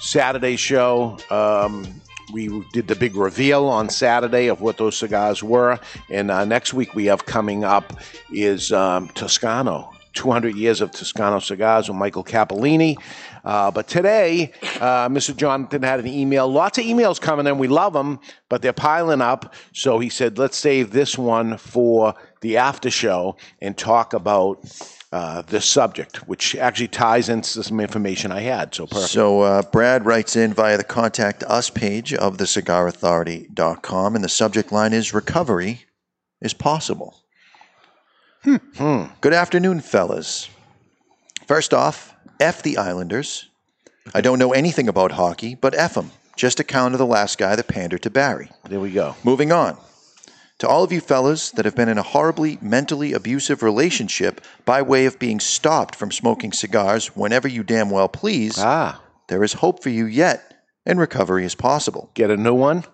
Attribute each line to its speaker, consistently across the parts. Speaker 1: Saturday show. Um, we did the big reveal on Saturday of what those cigars were. And uh, next week we have coming up is um, Toscano. 200 years of Toscano cigars with Michael Capolini. Uh, but today, uh, Mr. Jonathan had an email. Lots of emails coming in. We love them, but they're piling up. So he said, let's save this one for the after show and talk about uh, this subject, which actually ties into some information I had. So perfect.
Speaker 2: So uh, Brad writes in via the contact us page of thecigarauthority.com, and the subject line is recovery is possible. Hmm. Good afternoon, fellas. First off, F the Islanders. I don't know anything about hockey, but F them. Just a count of the last guy that pandered to Barry.
Speaker 1: There we go.
Speaker 2: Moving on. To all of you fellas that have been in a horribly mentally abusive relationship by way of being stopped from smoking cigars whenever you damn well please,
Speaker 1: Ah,
Speaker 2: there is hope for you yet, and recovery is possible.
Speaker 1: get a new one.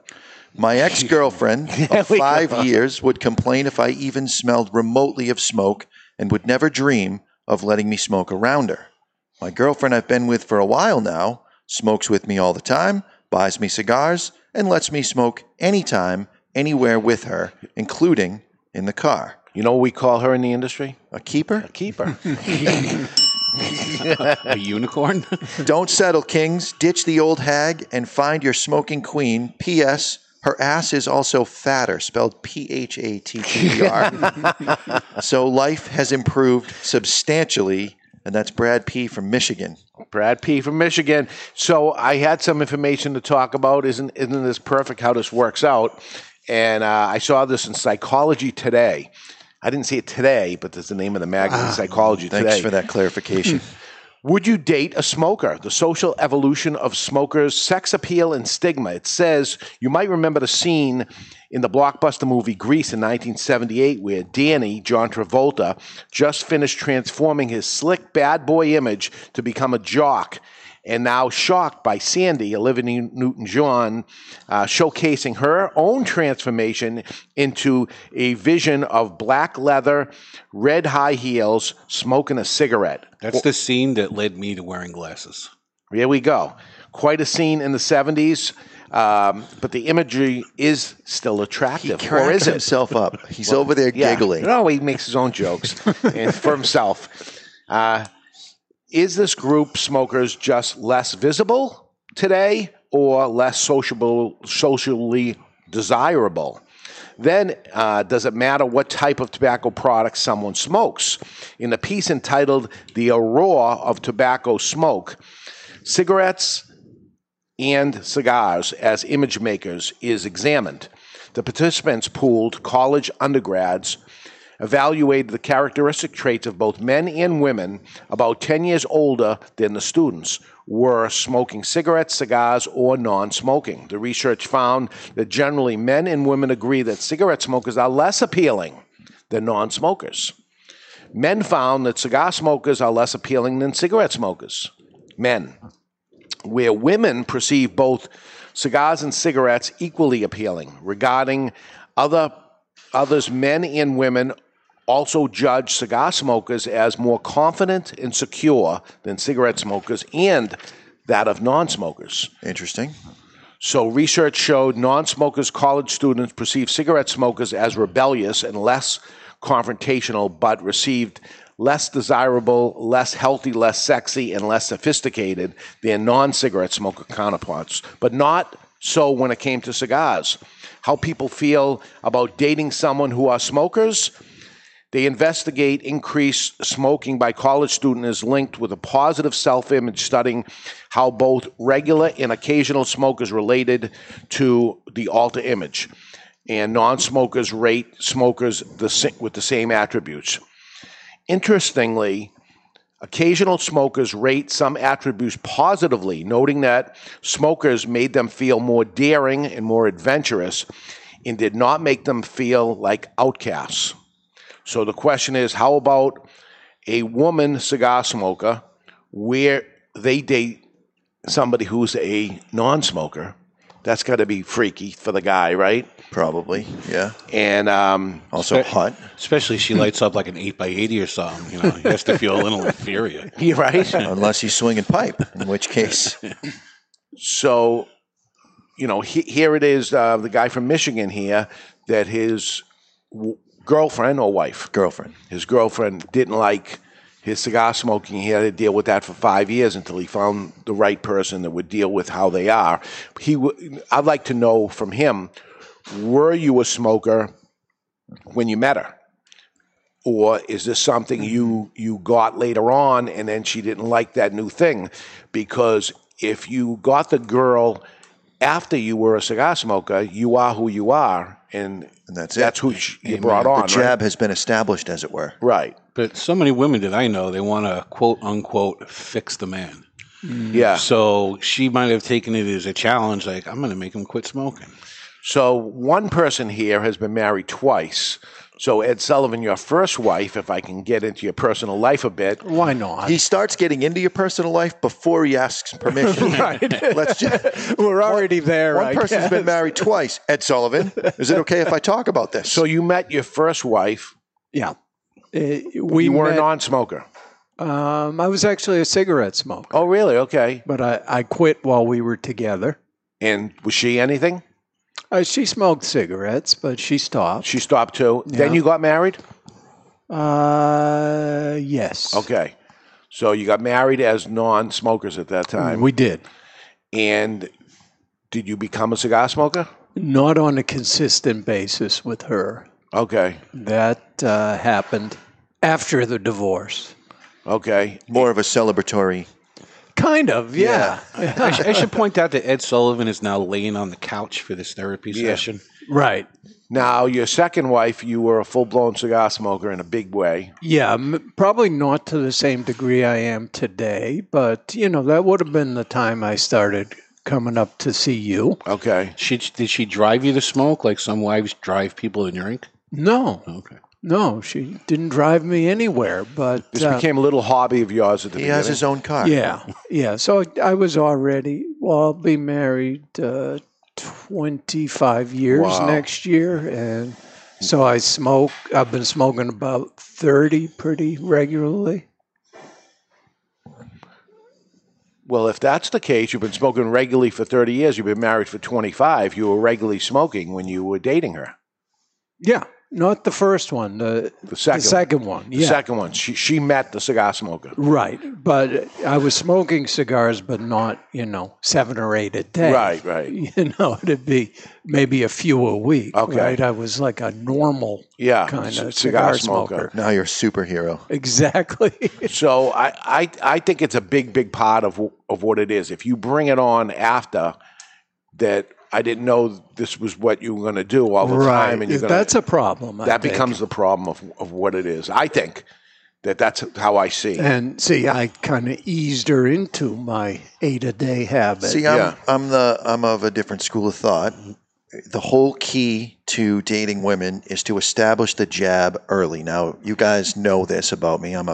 Speaker 2: My ex girlfriend of
Speaker 1: we
Speaker 2: five years would complain if I even smelled remotely of smoke and would never dream of letting me smoke around her. My girlfriend I've been with for a while now smokes with me all the time, buys me cigars, and lets me smoke anytime, anywhere with her, including in the car.
Speaker 1: You know what we call her in the industry?
Speaker 2: A keeper?
Speaker 1: Keeper.
Speaker 3: a unicorn.
Speaker 2: Don't settle, kings. Ditch the old hag and find your smoking queen. P.S. Her ass is also fatter, spelled P H A T T E R. so life has improved substantially. And that's Brad P. from Michigan.
Speaker 1: Brad P from Michigan. So I had some information to talk about. Isn't isn't this perfect how this works out? And uh, I saw this in Psychology Today. I didn't see it today, but that's the name of the magazine, Psychology
Speaker 2: Ah, Thanks
Speaker 1: Today.
Speaker 2: for that clarification.
Speaker 1: Would you date a smoker? The social evolution of smokers, sex appeal, and stigma. It says you might remember the scene in the blockbuster movie Grease in 1978 where Danny, John Travolta, just finished transforming his slick bad boy image to become a jock. And now, shocked by Sandy, Olivia Newton John, uh, showcasing her own transformation into a vision of black leather, red high heels, smoking a cigarette.
Speaker 3: That's the scene that led me to wearing glasses.
Speaker 1: Here we go. Quite a scene in the 70s, um, but the imagery is still attractive. or
Speaker 2: Cracked
Speaker 1: is it?
Speaker 2: himself up. He's over there
Speaker 1: Yeah.
Speaker 2: giggling.
Speaker 1: No, he makes his own jokes and for himself. Uh, is this group smokers just less visible today or less sociable, socially desirable? Then, uh, does it matter what type of tobacco product someone smokes? In a piece entitled The Aurora of Tobacco Smoke, cigarettes, and cigars as image makers is examined. The participants pooled college undergrads evaluated the characteristic traits of both men and women about 10 years older than the students were smoking cigarettes, cigars, or non smoking. The research found that generally men and women agree that cigarette smokers are less appealing than non smokers. Men found that cigar smokers are less appealing than cigarette smokers. Men where women perceive both cigars and cigarettes equally appealing. Regarding other others, men and women also judge cigar smokers as more confident and secure than cigarette smokers and that of non-smokers.
Speaker 2: Interesting.
Speaker 1: So, research showed non smokers, college students perceive cigarette smokers as rebellious and less confrontational, but received less desirable, less healthy, less sexy, and less sophisticated than non cigarette smoker counterparts, but not so when it came to cigars. How people feel about dating someone who are smokers. They investigate increased smoking by college students is linked with a positive self-image studying how both regular and occasional smokers related to the alter image. And non-smokers rate smokers the, sa- with the same attributes. Interestingly, occasional smokers rate some attributes positively, noting that smokers made them feel more daring and more adventurous and did not make them feel like outcasts. So the question is, how about a woman cigar smoker where they date somebody who's a non-smoker? That's got to be freaky for the guy, right?
Speaker 2: Probably. Yeah.
Speaker 1: And um,
Speaker 2: Also hot.
Speaker 3: Especially if she
Speaker 4: Hmm.
Speaker 3: lights up like an 8x80 or something. You know, he has to feel a little inferior.
Speaker 1: you're right.
Speaker 2: Unless he's swinging pipe, in which case.
Speaker 1: so you know he, here it is uh, the guy from michigan here that his w- girlfriend or wife
Speaker 2: Girlfriend.
Speaker 1: his girlfriend didn't like his cigar smoking. He had to deal with that for five years until he found the right person that would deal with how they are. He, w- I'd like to know from him: Were you a smoker when you met her, or is this something you you got later on, and then she didn't like that new thing? Because if you got the girl after you were a cigar smoker, you are who you are, and,
Speaker 2: And that's it.
Speaker 1: that's who sh- you
Speaker 2: Amen.
Speaker 1: brought on.
Speaker 2: The
Speaker 1: right?
Speaker 2: jab has been established, as it were.
Speaker 1: right?
Speaker 3: But so many women that I know, they want to quote unquote fix the man.
Speaker 1: Yeah.
Speaker 3: So she might have taken it as a challenge, like, I'm going to make him quit smoking.
Speaker 1: So one person here has been married twice. So Ed Sullivan, your first wife, if I can get into your personal life a bit,
Speaker 4: Why not?
Speaker 2: He starts getting into your personal life before he asks permission.
Speaker 4: Right.
Speaker 2: Let's just,
Speaker 4: We're already there.
Speaker 2: one
Speaker 4: I
Speaker 2: person's
Speaker 4: guess.
Speaker 2: been married twice. Ed Sullivan, is it okay if I talk about this?
Speaker 1: so you met your first wife.
Speaker 4: Yeah. Uh, we
Speaker 1: you were
Speaker 4: met-
Speaker 1: a non-smoker.
Speaker 4: Um, I was actually a cigarette smoker,
Speaker 1: Oh, really? Okay.
Speaker 4: but I, I quit while we were together.
Speaker 1: And was she anything?
Speaker 4: Uh, she smoked cigarettes, but she stopped.
Speaker 1: She stopped too. Then
Speaker 4: Yeah.
Speaker 1: you got married.
Speaker 4: Uh, yes.
Speaker 1: Okay. So you got married as non-smokers at that time.
Speaker 4: Mm, We did.
Speaker 1: Mm-hmm. And did you become a cigar smoker?
Speaker 4: Not on a consistent basis with her.
Speaker 1: Okay.
Speaker 4: That uh, happened after the divorce.
Speaker 1: Okay.
Speaker 2: More of a celebratory.
Speaker 4: Kind of, yeah.
Speaker 3: I, sh- I should point out that Ed Sullivan is now laying on the couch for this therapy session.
Speaker 4: right.
Speaker 1: Now your second wife, you were a full-blown cigar smoker in a big way.
Speaker 4: Yeah, m- probably not to the same degree I am today, but you know, that would have been the time I started coming up to see you.
Speaker 1: Okay.
Speaker 3: She, did she drive you to smoke like some wives drive people to drink?
Speaker 4: No,
Speaker 3: Okay.
Speaker 4: no, she didn't drive me anywhere, but
Speaker 1: This
Speaker 4: uh,
Speaker 1: became a little hobby of yours at the
Speaker 2: He
Speaker 1: beginning.
Speaker 2: has his own car.
Speaker 4: yeah, yeah. So I, I was already, well, I'll be married uh, 25 years
Speaker 1: Wow.
Speaker 4: next year. And so I smoke, I've been smoking about 30 pretty regularly.
Speaker 1: Well, if that's the case, you've been smoking regularly for 30 years. You've been married for 25. You were regularly smoking when you were dating her.
Speaker 4: Yeah, not the first one, the,
Speaker 1: The second,
Speaker 4: the second one.
Speaker 1: the
Speaker 4: Yeah.
Speaker 1: second one. She, she met the cigar smoker.
Speaker 4: Right, but I was smoking cigars, but not you know seven or eight a day.
Speaker 1: Right, right.
Speaker 4: You know, it'd be maybe a few a week.
Speaker 1: Okay.
Speaker 4: right? I was like a normal
Speaker 1: Yeah.
Speaker 4: kind
Speaker 1: c-
Speaker 4: of cigar, smoker.
Speaker 2: Now you're a superhero.
Speaker 4: Exactly.
Speaker 1: So I, I, I think it's a big, big part of, wh- of what it is. If you bring it on after that, I didn't know this was what you were going to do all the time. And you're gonna,
Speaker 4: that's a problem. I
Speaker 1: that
Speaker 4: think.
Speaker 1: becomes the problem of, of what it is. I think that that's how I see it.
Speaker 4: And see, I kind of eased her into my eight a day habit.
Speaker 2: See, I'm,
Speaker 1: Yeah.
Speaker 2: I'm the I'm of a different school of thought. The whole key to dating women is to establish the jab early. Now, you guys know this about me. I'm a,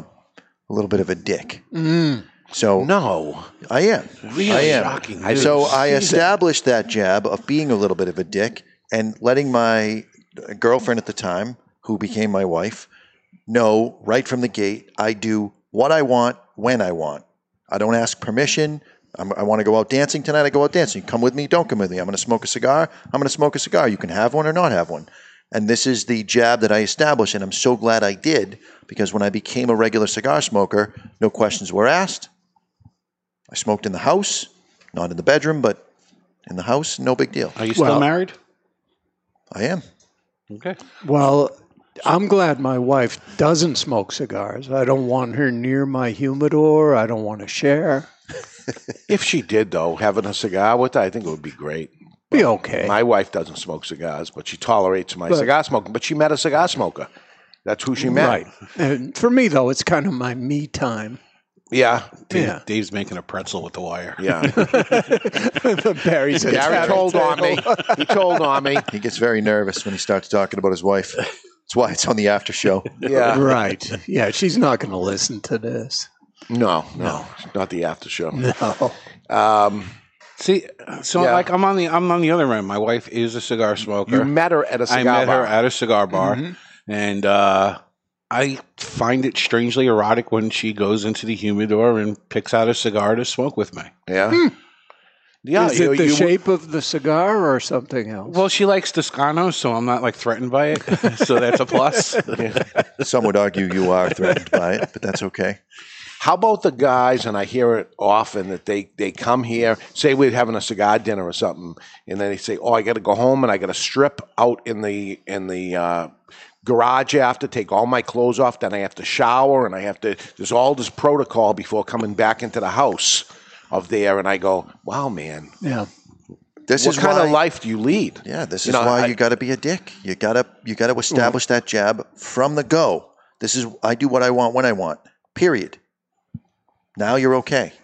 Speaker 2: a little bit of a dick.
Speaker 4: Mm,
Speaker 2: So
Speaker 1: No.
Speaker 2: I am.
Speaker 3: Really
Speaker 2: I am.
Speaker 3: shocking.
Speaker 2: I-
Speaker 3: news.
Speaker 2: so I established that jab of being a little bit of a dick and letting my girlfriend at the time, who became my wife, know right from the gate I do what I want when I want. I don't ask permission. I'm, I want to go out dancing tonight. I go out dancing. Come with me. Don't come with me. I'm going to smoke a cigar. I'm going to smoke a cigar. You can have one or not have one.
Speaker 5: And this is the jab that I established, and I'm so glad I did because when I became a regular cigar smoker, no questions were asked. I smoked in the house, not in the bedroom, but in the house, no big deal.
Speaker 3: Are you still
Speaker 4: Well-
Speaker 3: married?
Speaker 5: I am.
Speaker 3: Okay.
Speaker 4: Well, I'm glad my wife doesn't smoke cigars. I don't want her near my humidor. I don't want to share.
Speaker 1: If she did, though, having a cigar with her, I think it would be great.
Speaker 4: Be okay.
Speaker 1: My wife doesn't smoke cigars, but she tolerates my
Speaker 4: But-
Speaker 1: cigar smoking. But she met a cigar smoker. That's who she met.
Speaker 4: Right. And for me though, it's kind of my me time.
Speaker 1: Yeah.
Speaker 3: Dave,
Speaker 4: Yeah.
Speaker 3: Dave's making a pretzel with the wire.
Speaker 1: Yeah.
Speaker 4: Barry's a
Speaker 1: Gary told on me. He told on me.
Speaker 5: He gets very nervous when he starts talking about his wife. That's why it's on the after show.
Speaker 1: Yeah.
Speaker 4: Right. Yeah, she's not going to listen to this.
Speaker 1: No, no. Not the after show.
Speaker 4: No.
Speaker 1: Um,
Speaker 3: See, so
Speaker 1: Yeah.
Speaker 3: like I'm on the I'm on the other end. My wife is a cigar smoker.
Speaker 1: you met her at a cigar
Speaker 3: I met
Speaker 1: bar.
Speaker 3: her at a cigar bar,
Speaker 1: Mhm.
Speaker 3: and uh, I find it strangely erotic when she goes into the humidor and picks out a cigar to smoke with me.
Speaker 1: Yeah. Yeah.
Speaker 4: Is
Speaker 1: you-
Speaker 4: it the
Speaker 1: you-
Speaker 4: shape of the cigar or something else?
Speaker 3: Well, she likes Toscano, so I'm not like threatened by it. so that's a plus.
Speaker 5: Some would argue you are threatened by it, but that's okay.
Speaker 1: How about the guys? And I hear it often that they they come here. Say we're having a cigar dinner or something, and then they say, "Oh, I got to go home and I got to strip out in the in the uh, garage after, take all my clothes off. Then I have to shower and I have to. There's all this protocol before coming back into the house of there. And I go, "Wow, man,
Speaker 4: yeah.
Speaker 5: This
Speaker 1: what
Speaker 5: is
Speaker 1: kind
Speaker 5: why,
Speaker 1: of life do you lead?"
Speaker 5: Yeah, this
Speaker 1: You
Speaker 5: is
Speaker 1: know,
Speaker 5: why
Speaker 1: I-
Speaker 5: you got to be a dick. You gotta you gotta establish that jab from the go. This is I do what I want when I want. Period. Now you're okay.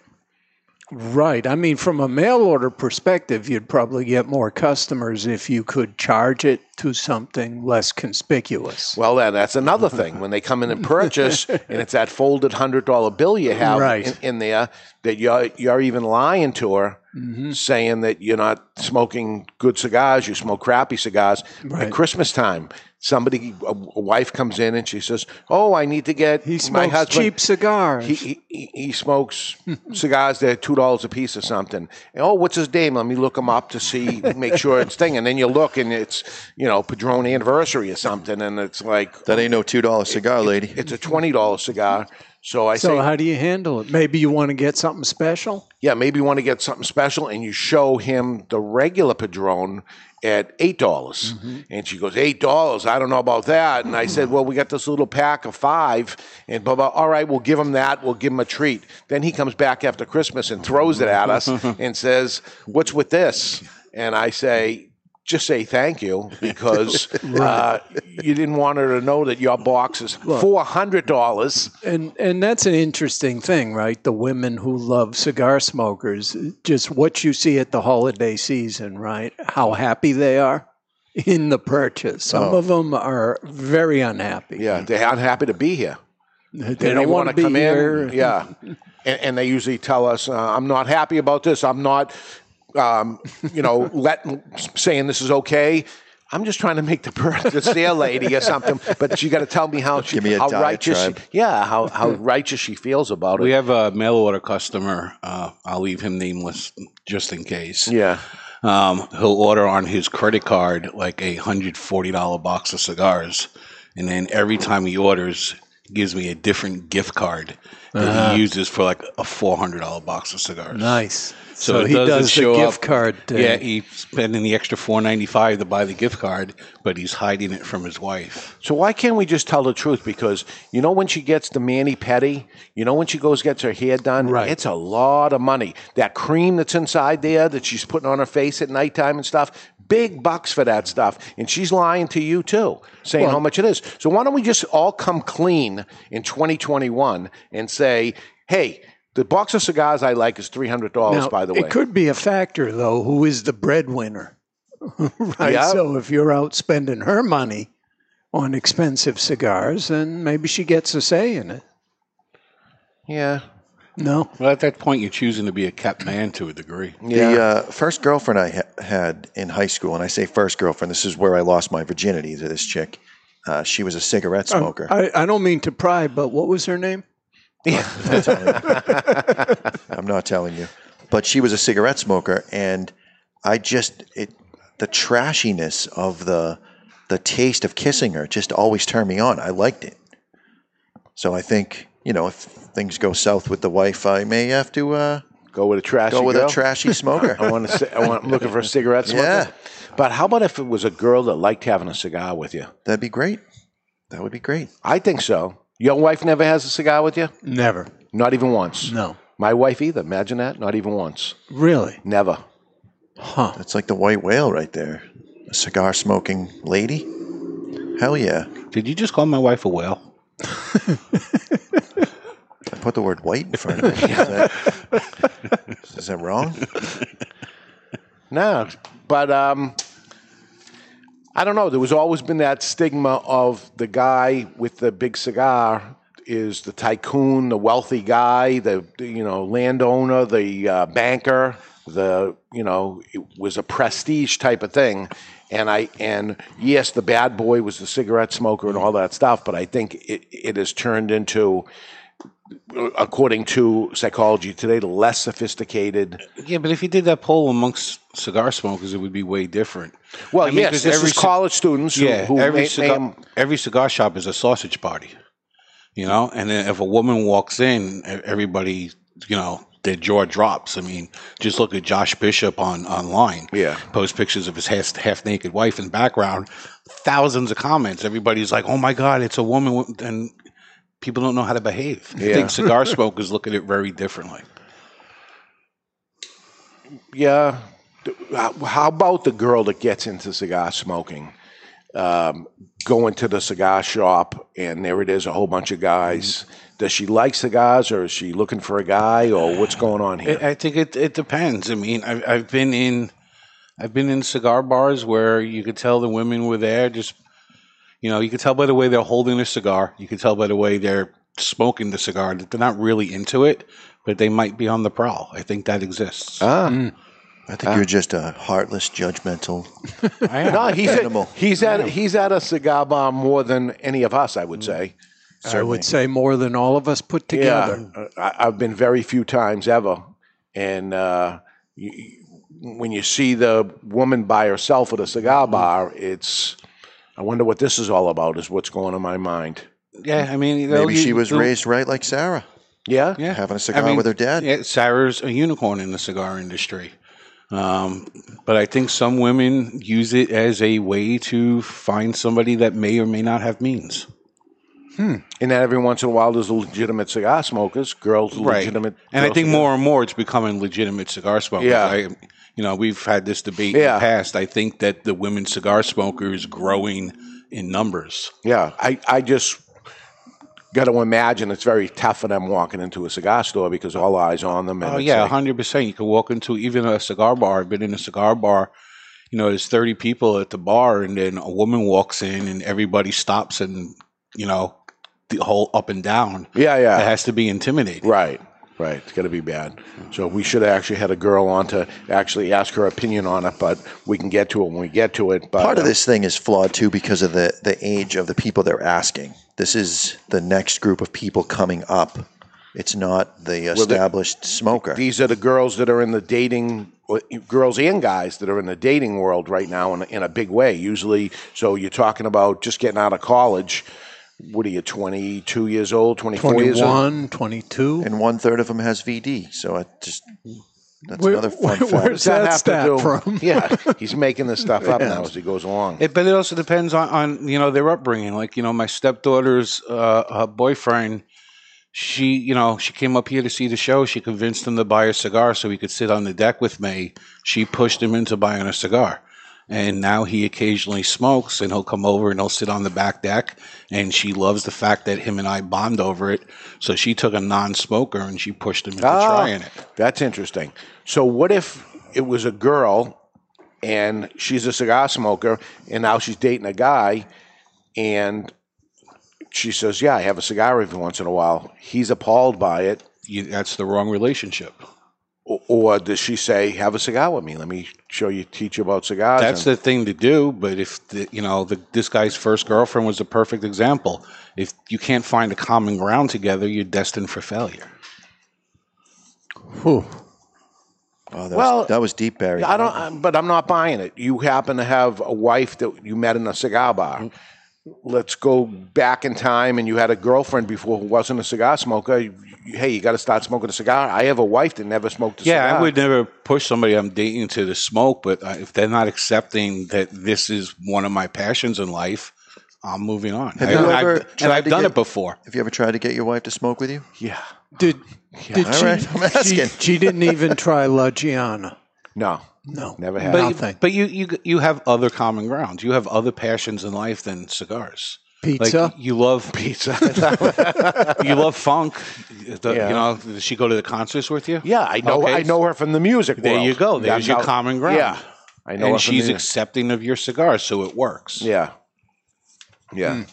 Speaker 4: Right. I mean, from a mail order perspective, you'd probably get more customers if you could charge it to something less conspicuous.
Speaker 1: Well, then that's another thing. When they come in and purchase, and it's that folded hundred dollar bill you have
Speaker 4: Right.
Speaker 1: in, in there, that you're you're even lying to her,
Speaker 4: Mm-hmm.
Speaker 1: saying that you're not smoking good cigars. You smoke crappy cigars.
Speaker 4: Right.
Speaker 1: At Christmas time, somebody a, a wife comes in and she says, "Oh, I need to get
Speaker 4: he
Speaker 1: my
Speaker 4: smokes
Speaker 1: husband."
Speaker 4: cheap cigars.
Speaker 1: He, he, he- he smokes cigars that are two dollars a piece or something. And, oh, what's his name? Let me look him up to see, make sure it's thing. And then you look, and it's you know Padron anniversary or something, and it's like
Speaker 5: That ain't no two dollar cigar, lady.
Speaker 1: it's a twenty dollar cigar. So I
Speaker 4: so,
Speaker 1: say,
Speaker 4: how do you handle it? Maybe you want to get something special?
Speaker 1: yeah, maybe you want to get something special, and you show him the regular Padron at eight dollars.
Speaker 4: Mm-hmm.
Speaker 1: And she goes, eight dollars? I don't know about that. And I said, well, we got this little pack of five, and blah blah. All right, we'll give him that. We'll give him a treat. Then he comes back after Christmas and throws it at us and says, what's with this? And I say. Just say thank you because uh, you didn't want her to know that your box is four hundred dollars.
Speaker 4: And and that's an interesting thing, right? The women who love cigar smokers, just what you see at the holiday season, right? How happy they are in the purchase. Some of them are very unhappy.
Speaker 1: Oh. Yeah, they're unhappy to be here.
Speaker 4: They,
Speaker 1: They
Speaker 4: don't want
Speaker 1: wanna
Speaker 4: to be here.
Speaker 1: in. Yeah, and, and they usually tell us, uh, "I'm not happy about this. I'm not, um, you know, let saying this is okay." I'm just trying to make the purchase there, lady, or something. But you got to tell me how she,
Speaker 5: Give me a
Speaker 1: how righteous,
Speaker 5: diatribe.
Speaker 1: she, yeah, how how righteous she feels about it.
Speaker 3: We have a mail order customer. Uh, I'll leave him nameless just in case.
Speaker 1: yeah,
Speaker 3: Um, he'll order on his credit card like a hundred forty dollar box of cigars, and then every time he orders, he gives me a different gift card that he uses for like a four hundred dollar box of cigars.
Speaker 4: Uh-huh. Nice.
Speaker 3: So
Speaker 4: So,
Speaker 3: it
Speaker 4: he
Speaker 3: doesn't
Speaker 4: does
Speaker 3: show
Speaker 4: the gift
Speaker 3: up.
Speaker 4: card. Thing.
Speaker 3: Yeah, he's spending the extra four ninety five to buy the gift card, but he's hiding it from his wife.
Speaker 1: So why can't we just tell the truth? Because you know when she gets the mani pedi, you know when she goes gets her hair done,
Speaker 4: Right.
Speaker 1: it's a lot of money. That cream that's inside there that she's putting on her face at nighttime and stuff, big bucks for that stuff. And she's lying to you too, saying how much it is. So why don't we just all come clean in 2021 and say, hey, the box of cigars I like is three hundred dollars.
Speaker 4: Now,
Speaker 1: By the way,
Speaker 4: It could be a factor, though, who is the breadwinner. right.
Speaker 1: Yeah.
Speaker 4: So if you're out spending her money on expensive cigars, then maybe she gets a say in it.
Speaker 1: yeah,
Speaker 4: No.
Speaker 3: Well, at that point, you're choosing to be a kept man to a degree.
Speaker 1: yeah,
Speaker 5: The uh, first girlfriend I ha- had in high school, and I say first girlfriend, this is where I lost my virginity to this chick. Uh, she was a cigarette
Speaker 1: Oh,
Speaker 5: smoker.
Speaker 4: I, Oh, I don't mean to pry, but what was her name?
Speaker 5: I'm not telling you. But she was a cigarette smoker, and I just it the trashiness of the the the taste of kissing her just always turned me on. I liked it. So I think, you know, if things go south with the wife, I may have to uh,
Speaker 1: Go with a trashy
Speaker 5: go with
Speaker 1: girl.
Speaker 5: a trashy smoker.
Speaker 1: I want to. I want. I'm looking for a cigarette smoker.
Speaker 5: Yeah.
Speaker 1: But how about if it was a girl that liked having a cigar with you?
Speaker 5: That'd be great. That would be great.
Speaker 1: I think so. Your wife never has a cigar with you?
Speaker 4: Never.
Speaker 1: Not even once.
Speaker 4: No.
Speaker 1: My wife either. Imagine that. Not even once.
Speaker 4: Really?
Speaker 1: Never.
Speaker 4: Huh.
Speaker 5: That's like the white whale right there. A cigar smoking lady. Hell yeah.
Speaker 3: Did you just call my wife a whale?
Speaker 5: I put the word white in front of it. Is that, is that wrong?
Speaker 1: No. But um, I don't know. There was always been that stigma of the guy with the big cigar is the tycoon, the wealthy guy, the you know landowner, the uh, banker, the you know it was a prestige type of thing. And I and yes, the bad boy was the cigarette smoker and all that stuff. But I think it, it has turned into, according to psychology today, the less sophisticated.
Speaker 3: Yeah, but if you did that poll amongst cigar smokers, it would be way different.
Speaker 1: Well,
Speaker 3: I mean,
Speaker 1: yes,
Speaker 3: 'cause
Speaker 1: this
Speaker 3: every
Speaker 1: is
Speaker 3: ci-
Speaker 1: college students. who-
Speaker 3: Yeah,
Speaker 1: who,
Speaker 3: every
Speaker 1: may-
Speaker 3: cigar
Speaker 1: may-
Speaker 3: every cigar shop is a sausage party, you know. And then if a woman walks in, e- everybody, you know, their jaw drops. I mean, just look at Josh Bishop on online.
Speaker 1: Yeah.
Speaker 3: post pictures of his half half naked wife in the background. Thousands of comments. Everybody's like, "Oh my God, it's a woman!" with-" And people don't know how to behave. I
Speaker 1: Yeah.
Speaker 3: think cigar smokers look at it very differently.
Speaker 1: yeah. D- How how about the girl that gets into cigar smoking? Um, going to the cigar shop, and there it is, a whole bunch of guys.
Speaker 3: Mm-hmm.
Speaker 1: Does she like cigars, or is she looking for a guy, or what's going on here?
Speaker 3: I I think it, it depends. I mean, I've, I've been in, I've been in cigar bars where you could tell the women were there. Just, you know, you could tell by the way they're holding their cigar. You could tell by the way they're smoking the cigar that they're not really into it, but they might be on the prowl. I think that exists.
Speaker 1: Ah.
Speaker 5: I think you're just a heartless, judgmental.
Speaker 3: I am.
Speaker 1: no, he's
Speaker 5: Animal.
Speaker 1: at, he's at he's at a cigar bar more than any of us, I would
Speaker 3: Mm.
Speaker 1: say.
Speaker 4: I would say more than all of us put together.
Speaker 1: Yeah, uh, I, I've been very few times ever, and uh, you, you- when you see the woman by herself at a
Speaker 3: Mm-hmm.
Speaker 1: cigar bar, it's I wonder what this is all about. Is what's going on in my mind?
Speaker 3: yeah, I mean, they'll
Speaker 5: Maybe she
Speaker 3: use-
Speaker 5: was
Speaker 3: they'll-
Speaker 5: raised right like Sarah.
Speaker 1: Yeah,
Speaker 3: yeah.
Speaker 5: having a cigar with her dad.
Speaker 3: Yeah, Sarah's a unicorn in the cigar industry. Um, but I think some women use it as a way to find somebody that may or may not have means.
Speaker 1: and then every once in a while, there's legitimate cigar smokers, girls, legitimate,
Speaker 3: And I
Speaker 1: girls
Speaker 3: think
Speaker 1: who-
Speaker 3: more and more it's becoming legitimate cigar smokers.
Speaker 1: Yeah.
Speaker 3: I, you know, we've had this debate in
Speaker 1: Yeah.
Speaker 3: the past. I think that the women cigar smoker is growing in numbers.
Speaker 1: Yeah, I, I just got to imagine it's very tough for them walking into a cigar store because all eyes on them. And
Speaker 3: Oh
Speaker 1: it's
Speaker 3: yeah,
Speaker 1: like-
Speaker 3: hundred percent. You can walk into even a cigar bar. I've been in a cigar bar. You know, there's thirty people at the bar, and then a woman walks in, and everybody stops, and you know, the whole up and down.
Speaker 1: yeah, yeah.
Speaker 3: It has to be intimidating.
Speaker 1: Right, right. It's going to be bad. So we should have actually had a girl on to actually ask her opinion on it, but we can get to it when we get to it. But
Speaker 5: Part of
Speaker 1: uh,
Speaker 5: this thing is flawed too because of the, the age of the people they're asking. This is the next group of people coming up. It's not the established smoker.
Speaker 1: these are the girls that are in the dating, or girls and guys that are in the dating world right now in, in a big way. Usually, so you're talking about just getting out of college. What are you, 22 years old, 24 years old?
Speaker 4: 21, 22.
Speaker 5: and one third of them has VD. So I just that's
Speaker 4: Where-
Speaker 5: another fun
Speaker 4: where-
Speaker 5: fact.
Speaker 4: where's that, stat from?
Speaker 1: yeah, he's making this stuff up now as he goes along.
Speaker 3: It, but it also depends on, on you know their upbringing. Like you know, my stepdaughter's uh, her boyfriend. She you know she came up here to see the show. She convinced him to buy a cigar so he could sit on the deck with me. She pushed him into buying a cigar, and now he occasionally smokes and he'll come over and he'll sit on the back deck. And she loves the fact that him and I bond over it. So she took a non-smoker and she pushed him into
Speaker 1: Ah.
Speaker 3: trying it.
Speaker 1: That's interesting. So what if it was a girl and she's a cigar smoker and now she's dating a guy and she says, "Yeah, I have a cigar every once in a while." He's appalled by it.
Speaker 3: You, that's the wrong relationship.
Speaker 1: O- Or does she say, "Have a cigar with me. Let me show you, teach you about cigars."
Speaker 3: That's
Speaker 1: and-
Speaker 3: the thing to do. But if the, you know the, this guy's first girlfriend was a perfect example. If you can't find a common ground together, you're destined for failure.
Speaker 4: Whew.
Speaker 5: Oh, that,
Speaker 1: Well,
Speaker 5: was, that was deep, Barry.
Speaker 1: I don't, I'm- but I'm not buying it. You happen to have a wife that you met in a cigar bar.
Speaker 3: Mm.
Speaker 1: Let's go back in time, and you had a girlfriend before who wasn't a cigar smoker. You- you- hey, you got to start smoking a cigar. I have a wife that never smoked a
Speaker 3: Yeah,
Speaker 1: cigar.
Speaker 3: I would never push somebody I'm dating to the smoke, but uh, if they're not accepting that this is one of my passions in life, I'm moving on.
Speaker 5: Have
Speaker 3: I-
Speaker 5: you
Speaker 3: and I've-
Speaker 5: ever
Speaker 3: and
Speaker 5: tried
Speaker 3: I've
Speaker 5: to
Speaker 3: done
Speaker 5: get-
Speaker 3: it before.
Speaker 5: Have you ever tried to get your wife to smoke with you?
Speaker 1: Yeah,
Speaker 4: Did, did
Speaker 5: all
Speaker 4: she,
Speaker 5: right, I'm
Speaker 4: she-
Speaker 5: asking.
Speaker 4: she didn't even try La Giana.
Speaker 1: no,
Speaker 4: No.
Speaker 1: never had.
Speaker 3: But,
Speaker 4: Nothing.
Speaker 3: but you, you you have other common ground. You have other passions in life than cigars. Like
Speaker 4: Pizza?
Speaker 3: you love pizza. you love funk. The-
Speaker 1: Yeah.
Speaker 3: You know, did she go to the concerts with you?
Speaker 1: yeah, I know.
Speaker 3: Okay.
Speaker 1: I know her from the music.
Speaker 3: There
Speaker 1: world.
Speaker 3: you go. There's
Speaker 1: That's
Speaker 3: your
Speaker 1: how-
Speaker 3: common ground.
Speaker 1: Yeah, I know. her
Speaker 3: and
Speaker 1: from
Speaker 3: she's
Speaker 1: the-
Speaker 3: accepting of your cigar, so it works.
Speaker 1: yeah, yeah.
Speaker 3: Hmm.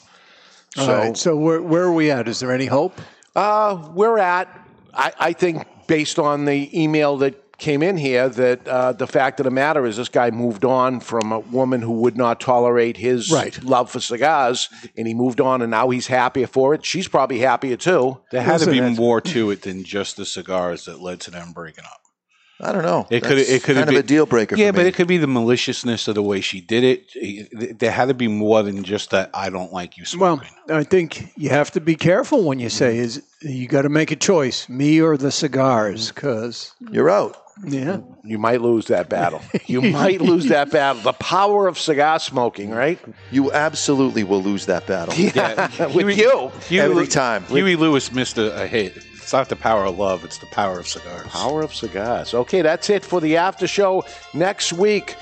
Speaker 4: All right. So where, where are we at? Is there any hope?
Speaker 1: Uh, we're at, I, I think, based on the email that came in here, that uh, the fact of the matter is this guy moved on from a woman who would not tolerate his
Speaker 4: Right.
Speaker 1: love for cigars, and he moved on, and now he's happier for it. She's probably happier too.
Speaker 3: There had to
Speaker 4: Listen,
Speaker 3: be
Speaker 4: that's-
Speaker 3: more to it than just the cigars that led to them breaking up.
Speaker 5: I don't know.
Speaker 3: It could
Speaker 5: That's
Speaker 3: it could
Speaker 5: kind of a deal breaker.
Speaker 3: Yeah,
Speaker 5: for
Speaker 3: but
Speaker 5: me.
Speaker 3: it could be the maliciousness of the way she did it. There had to be more than just that. I don't like you
Speaker 4: Well,
Speaker 3: smoking.
Speaker 4: I think you have to be careful when you say is you got to make a choice, me or the cigars, because
Speaker 5: You're out.
Speaker 4: yeah,
Speaker 1: You might lose that battle. You might lose that battle. The power of cigar smoking, right?
Speaker 5: You absolutely will lose that battle.
Speaker 3: yeah,
Speaker 1: With you.
Speaker 5: Every time.
Speaker 3: Huey Lewis missed a, a hit. It's not the power of love; it's the power of cigars.
Speaker 1: Power of Cigars. Okay, that's it for the after show. Next week,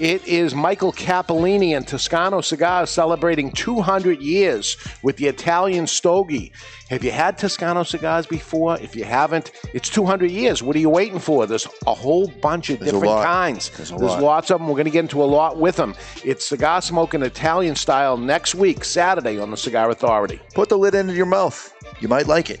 Speaker 1: it is Michael Capolini and Toscano Cigars celebrating 200 years with the Italian Stogie. Have you had Toscano cigars before? If you haven't, it's 200 years. What are you waiting for? There's a whole bunch of
Speaker 5: There's a
Speaker 1: different
Speaker 5: lot.
Speaker 1: kinds.
Speaker 5: There's a
Speaker 1: There's
Speaker 5: lot.
Speaker 1: lots of them. We're going to get into a lot with them. It's cigar smoking Italian style next week, Saturday, on the Cigar Authority.
Speaker 5: Put the lid into your mouth. You might like it.